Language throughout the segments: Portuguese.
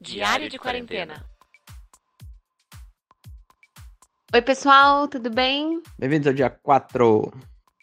Diário de quarentena. Oi, pessoal, tudo bem? Bem-vindos ao dia 4.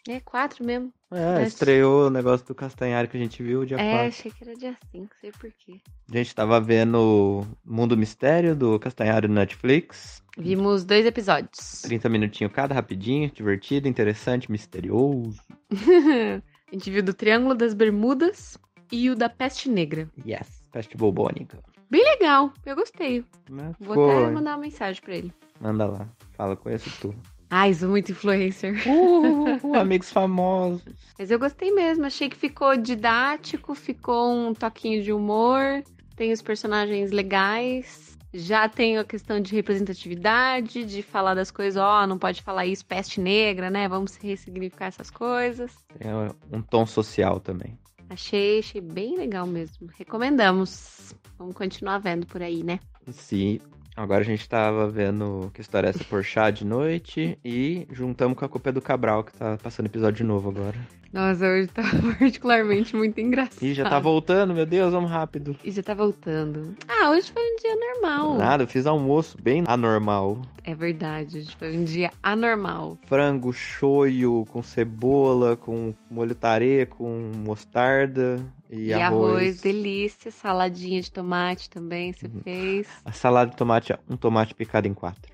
É quatro mesmo. É, Mas- estreou o negócio do Castanhari que a gente viu dia É, 4. achei que era dia 5, sei por quê. A gente tava vendo Mundo Mistério do Castanhari no Netflix. Hum. Vimos dois episódios. 30 minutinhos cada, rapidinho, divertido, interessante, misterioso. a gente viu do Triângulo das Bermudas e o da Peste Negra. Yes, peste bubônica. Bem legal, eu gostei. Né? Vou Ficou, até hein? mandar uma mensagem pra ele. Manda lá. Fala, conheço tu. Ai, sou muito influencer. Uh, amigos famosos. Mas eu gostei mesmo, achei que ficou didático, ficou um toquinho de humor, tem os personagens legais, já tem a questão de representatividade, de falar das coisas, ó, não pode falar isso, peste negra, né? Vamos ressignificar essas coisas. Tem um tom social também. Achei, achei bem legal mesmo. Recomendamos. Vamos continuar vendo por aí, né? Sim. Agora a gente tava vendo que história é essa por chá de noite e juntamos com a culpa do Cabral, que tá passando episódio de novo agora. Nossa, hoje tá particularmente muito engraçado. Ih, já tá voltando, meu Deus, vamos rápido. E já tá voltando. Ah, hoje foi um dia normal. Nada, eu fiz almoço bem anormal. É verdade, hoje foi um dia anormal. Frango shoyu com cebola, com molho tare, com mostarda e, E, arroz. arroz. delícia. Saladinha de tomate também você Uhum. fez. A salada de tomate, um tomate picado em quatro.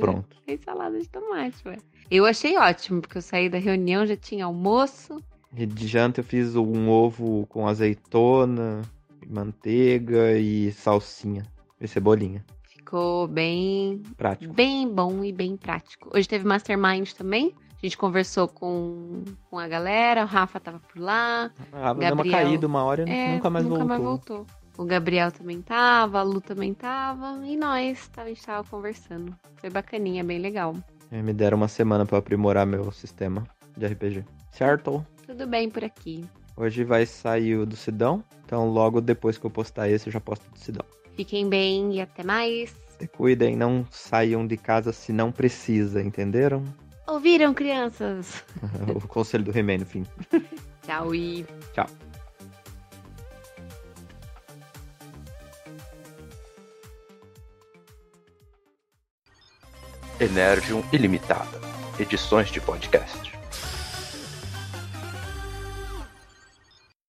Pronto. Fez salada de tomate, ué. Eu achei ótimo, porque eu saí da reunião, já tinha almoço. E de janta eu fiz um ovo com azeitona, manteiga e salsinha. E cebolinha. Ficou bem Prático. bem bom e bem prático. Hoje teve Mastermind também. A gente conversou com, com a galera, o Rafa tava por lá. Ah, deu uma Gabriel. caída uma hora e É, nunca mais voltou. voltou. O Gabriel também tava, a Lu também tava, e nós, tá, a gente tava conversando. Foi bacaninha, bem legal. É, Me deram uma semana pra aprimorar meu sistema de RPG. Certo? Tudo bem por aqui. Hoje vai sair o do Sidão. Então logo depois que eu postar esse, eu já posto o do Sidão. Fiquem bem e até mais. Se cuidem, não saiam de casa se não precisa, entenderam? Ouviram, crianças? o conselho do He-Man, enfim. Tchau e Energium Ilimitada. Edições de podcast.